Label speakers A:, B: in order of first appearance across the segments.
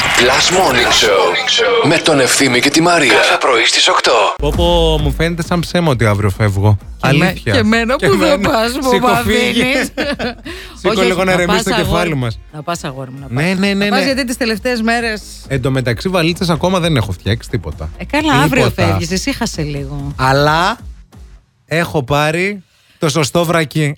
A: Last Morning Show με τον Ευθύμη και τη Μαρία. Κάθε πρωί στις 8.
B: Πω, πω, μου φαίνεται σαν ψέμα ότι αύριο φεύγω. Αλήθεια.
C: Και εμένα που δεν
B: εμένα.
C: πας, μου
B: Σήκω, φύγε.
C: αφήνει.
B: Σήκω λίγο να ρεμίσει το κεφάλι μας.
C: Να πας αγόρι μου. να πας.
B: Ναι, ναι, ναι.
C: Να πας,
B: ναι.
C: γιατί τις τελευταίες μέρες.
B: Εν τω μεταξύ, βαλίτσες ακόμα δεν έχω φτιάξει τίποτα.
C: Ε, καλά,
B: Τίποτα.
C: αύριο φεύγεις. Εσύ χάσε λίγο.
B: Αλλά έχω πάρει το σωστό βρακί.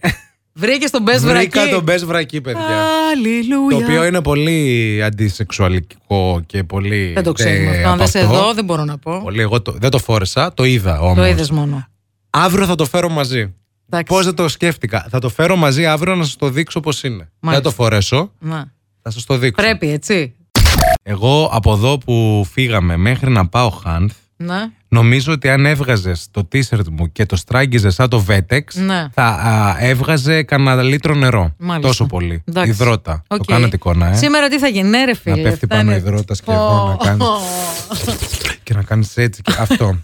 C: Βρήκες τον μπες βρακί.
B: Βρήκα το μπες βρακί, παιδιά. Το
C: Αλληλούια.
B: οποίο είναι πολύ αντισεξουαλικό και πολύ.
C: Δεν το ξέρουμε
B: ε,
C: αυτό. Αν
B: από
C: δεν σε
B: αυτό.
C: δω, δεν μπορώ να πω.
B: Πολύ, εγώ το, δεν το φόρεσα, το είδα όμως.
C: Το είδες μόνο.
B: Αύριο θα το φέρω μαζί.
C: Εντάξει.
B: Πώς δεν το σκέφτηκα. Θα το φέρω μαζί αύριο να σας το δείξω πώς είναι. Δεν
C: Μάλιστα.
B: το φορέσω,
C: Να.
B: θα σας το δείξω.
C: Πρέπει, έτσι.
B: Εγώ από εδώ που φύγαμε μέχρι να πάω Χάνθ,
C: Να.
B: νομίζω ότι αν έβγαζες το t-shirt μου και το στράγγιζες σαν το Vetex,
C: Ναι.
B: θα α, έβγαζε κανένα λίτρο νερό.
C: Μάλιστα.
B: Τόσο πολύ.
C: Εντάξει.
B: Υδρότα. Το
C: Οκ.
B: κάνατε εικόνα, ε.
C: Σήμερα τι θα γίνει, ναι, ρε φίλε.
B: πέφτει πάνω
C: φτάνει.
B: υδρότας και
C: Πω.
B: εγώ να κάνω. Και να κάνεις έτσι και αυτό.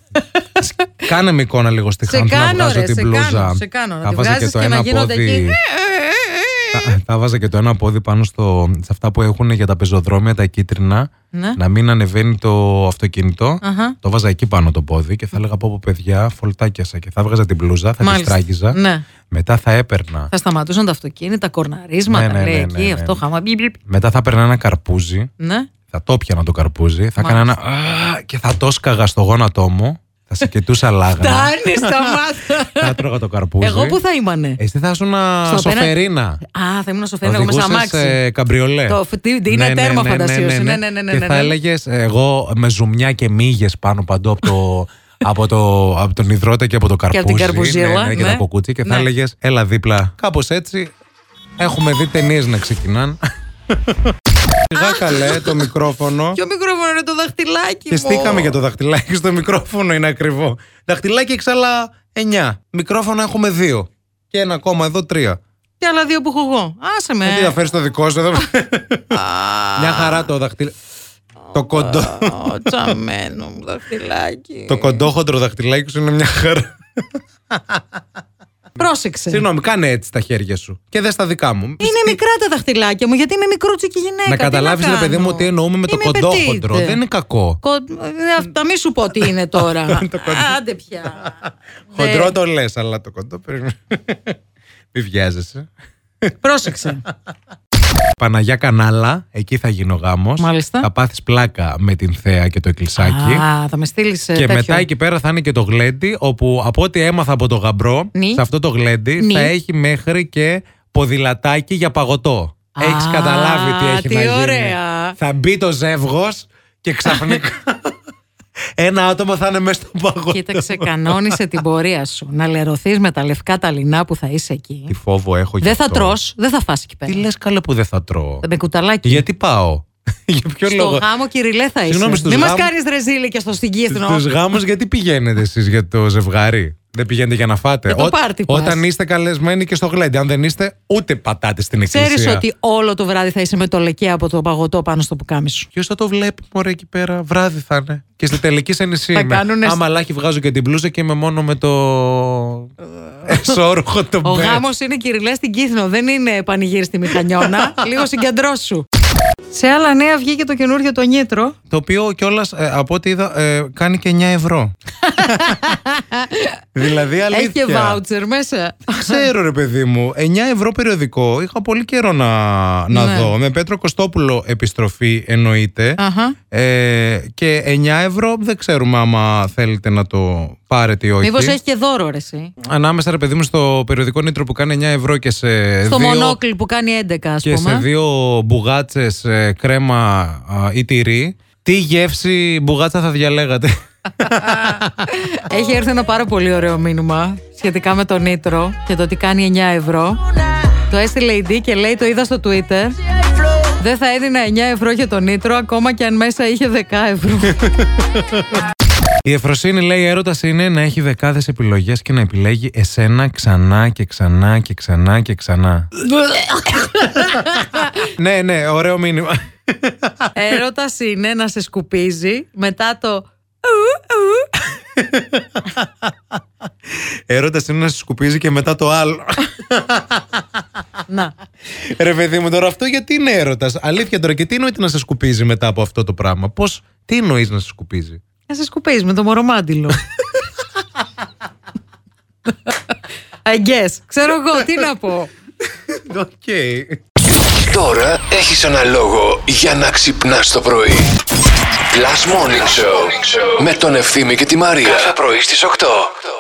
B: Σ- Κάνε με εικόνα λίγο στη
C: Σε
B: Χάνθ να
C: κάνω,
B: βγάζω
C: ρε,
B: την
C: σε
B: μπλούζα.
C: κάνω, σε κάνω. Να
B: Θα
C: τη
B: βάζα και
C: βγάζεις
B: το
C: και να
B: ένα
C: γίνονται εκεί.
B: πόδι. Τα- Τα βάζα και το ένα πόδι πάνω στο, σε αυτά που έχουν για τα πεζοδρόμια, τα κίτρινα.
C: Ναι.
B: Να μην ανεβαίνει το αυτοκίνητο.
C: Αχα.
B: Το βάζα εκεί πάνω το πόδι και θα έλεγα από παιδιά, φολτάκιασα. Και θα βγάζα την μπλούζα, θα τη
C: Μάλιστα.
B: στράγγιζα.
C: Ναι.
B: Μετά θα έπαιρνα.
C: Θα σταματούσαν τα αυτοκίνητα, κορναρίσματα,
B: Ναι, ναι,
C: λέει
B: ναι,
C: εκεί,
B: ναι, ναι.
C: αυτό χάμα. μπιπ, μπιπ.
B: Μετά θα έπαιρνα ένα καρπούζι.
C: Ναι.
B: Θα το πιανα το καρπούζι. Θα έκανα ένα.
C: Μάλιστα.
B: «Α» και θα το σκαγα στο γόνατό μου. Θα σε κοιτούσα λάγανα.
C: Φτάνει, σταμάτα.
B: θα τρώγα το καρπούζι.
C: Εγώ που θα ήμανε.
B: Εσύ θα ήσουν
C: Στο
B: σοφερίνα.
C: Α, θα ήμουν στο φέρνο, εγώ μέσα
B: Ε, Οδηγούσες,
C: αμάξι.
B: ε, καμπριολέ. Ναι,
C: Το φ- τι- τι είναι τέρμα φαντασία σου. Ναι, ναι, ναι, ναι,
B: Και
C: ναι,
B: θα
C: ναι.
B: έλεγες εγώ με ζουμιά και μύγες πάνω παντού από, το, από, το, από τον υδρότα και από το
C: την
B: καρπούζι.
C: καρπουζίλα,
B: ναι, ναι, και
C: ναι.
B: τα κουκούτσια. Και θα
C: Ναι.
B: έλεγες έλα δίπλα. Κάπως έτσι έχουμε δει ταινίες να ξεκινάνε. Σιγά καλέ το μικρόφωνο.
C: Ποιο μικρόφωνο είναι το
B: Και
C: δαχτυλάκι μου.
B: στήκαμε για το δαχτυλάκι στο μικρόφωνο, είναι ακριβό. Δαχτυλάκι έχει άλλα 9. Μικρόφωνο έχουμε 2. Και ένα ακόμα εδώ 3.
C: Και άλλα δύο που έχω εγώ. Άσε με.
B: Ε, Τι θα φέρεις το δικό σου εδώ. Μια χαρά το δαχτυλάκι. Το κοντό.
C: Ω, Τσαμένο μου δαχτυλάκι.
B: Το κοντόχοντρο δαχτυλάκι σου είναι μια χαρά.
C: Πρόσεξε.
B: Συγγνώμη, κάνε έτσι τα χέρια σου. Και δες τα δικά μου.
C: Είναι μικρά τα δαχτυλάκια μου, γιατί είμαι μικρούτσικη γυναίκα.
B: Να
C: τι
B: καταλάβεις, ρε
C: κάνω.
B: παιδί μου, τι εννοούμε με το
C: Είμαι
B: κοντόχοντρο.
C: petite.
B: Δεν είναι κακό.
C: Κο... ε, αυτό, Να μην σου πω τι είναι τώρα. Άντε πια. Ναι.
B: Χοντρό το λες, αλλά το κοντό. περίμενε. Μη βιάζεσαι.
C: Πρόσεξε.
B: Παναγιά Κανάλα, εκεί θα γίνει ο γάμος.
C: Μάλιστα.
B: Θα πάθεις πλάκα με την Θέα και το εκκλησάκι.
C: Α, θα με ε, στείλει.
B: Και μετά εκεί πέρα θα είναι και το γλέντι, όπου από ό,τι έμαθα από το γαμπρό,
C: Ναι.
B: σε αυτό το γλέντι
C: Ναι.
B: θα έχει μέχρι και ποδηλατάκι για παγωτό.
C: Α,
B: Έχεις καταλάβει τι έχει
C: τι
B: να γίνει.
C: ωραία.
B: Θα μπει το ζεύγος και ξαφνικά ένα άτομο θα είναι μέσα στο παγωτό.
C: Κοίταξε, κανόνισε την πορεία σου. Να λερωθείς με τα λευκά ταλινά που θα είσαι εκεί.
B: Τι φόβο έχω γι'
C: Δεν θα
B: αυτό.
C: τρως, δεν θα φας εκεί
B: Τι
C: πέρα.
B: λες καλέ που δεν θα τρώω.
C: Με κουταλάκι.
B: Γιατί πάω. Για ποιο
C: στο
B: λόγο.
C: γάμο κυριλέ θα είσαι.
B: Συγγνώμη, στους
C: Μην μας
B: γάμους-
C: κάνεις ρεζίλη και στο στην Κύθνο.
B: Στου γάμους, γιατί πηγαίνετε εσείς για το ζευγάρι. Δεν πηγαίνετε για να φάτε.
C: Για το πάρτι πας.
B: όταν είστε καλεσμένοι και στο γλέντι. Αν δεν είστε, ούτε πατάτε στην εκκλησία.
C: Ξέρεις ότι όλο το βράδυ θα είσαι με το λεκέ από το παγωτό πάνω στο πουκάμι σου.
B: Ποιος θα το βλέπει, Μωρέ, εκεί πέρα. Βράδυ θα είναι. Και στη τελική σε νησί.
C: Θα
B: είμαι.
C: κάνουνε-
B: Άμα λάχη βγάζω και την μπλούζα και είμαι μόνο με το. Εσόρουχο το
C: Ε, Ο
B: μπέτ.
C: γάμος είναι κυριλέ στην Κύθνο, δεν είναι πανηγύρι στη Μηχανιώνα. Λίγο συγκεντρώσου. Σε άλλα νέα βγήκε το καινούριο το νήτρο.
B: Το οποίο κιόλας από ό,τι είδα ε, κάνει και 9 ευρώ. δηλαδή αλήθεια.
C: Έχει και βάουτσερ μέσα.
B: Ξέρω ρε παιδί μου, 9 ευρώ περιοδικό είχα πολύ καιρό να, να
C: Ναι.
B: δω. Με Πέτρο Κωστόπουλο επιστροφή εννοείται.
C: Αχα.
B: Ε, και 9 ευρώ δεν ξέρουμε άμα θέλετε να το πάρετε ή όχι.
C: Μήπως έχει και δώρο, ρε, εσύ.
B: Ανάμεσα ρε παιδί μου στο περιοδικό νήτρο που κάνει 9 ευρώ και σε
C: Στο
B: Ε, δύο,
C: μονόκλι που κάνει 11, ας
B: και σε
C: πούμε.
B: δύο μπουγάτσες ε, κρέμα α, ή τυρί. Τι γεύση μπουγάτσα θα διαλέγατε.
C: Έχει έρθει ένα πάρα πολύ ωραίο μήνυμα σχετικά με τον νήτρο και το τι κάνει 9 ευρώ. Το έστειλε η Ντί και λέει: Το είδα στο Twitter. Δεν θα έδινα 9 ευρώ για τον νήτρο, ακόμα και αν μέσα είχε 10 ευρώ.
B: Η Εφροσύνη λέει: Έρωτας είναι να έχει δεκάδες επιλογές και να επιλέγει εσένα ξανά και ξανά και ξανά και ξανά. ναι, ναι, ωραίο μήνυμα.
C: Έρωτας είναι να σε σκουπίζει μετά το.
B: Έρωτας είναι να σε σκουπίζει και μετά το άλλο.
C: Να.
B: Ρε παιδί μου, τώρα αυτό γιατί είναι έρωτας. Αλήθεια τώρα, και τι εννοείται να σε σκουπίζει μετά από αυτό το πράγμα. Πώς, τι εννοείς να σε σκουπίζει.
C: Να σε σκουπίζεις με το μωρομάντιλο. I guess. Ξέρω εγώ, τι να πω.
B: Οκ.
A: Τώρα έχεις ένα λόγο για να ξυπνάς το πρωί. Plus Morning Show με τον Ευθύμη και τη Μαρία. Κάθε πρωί στις 8.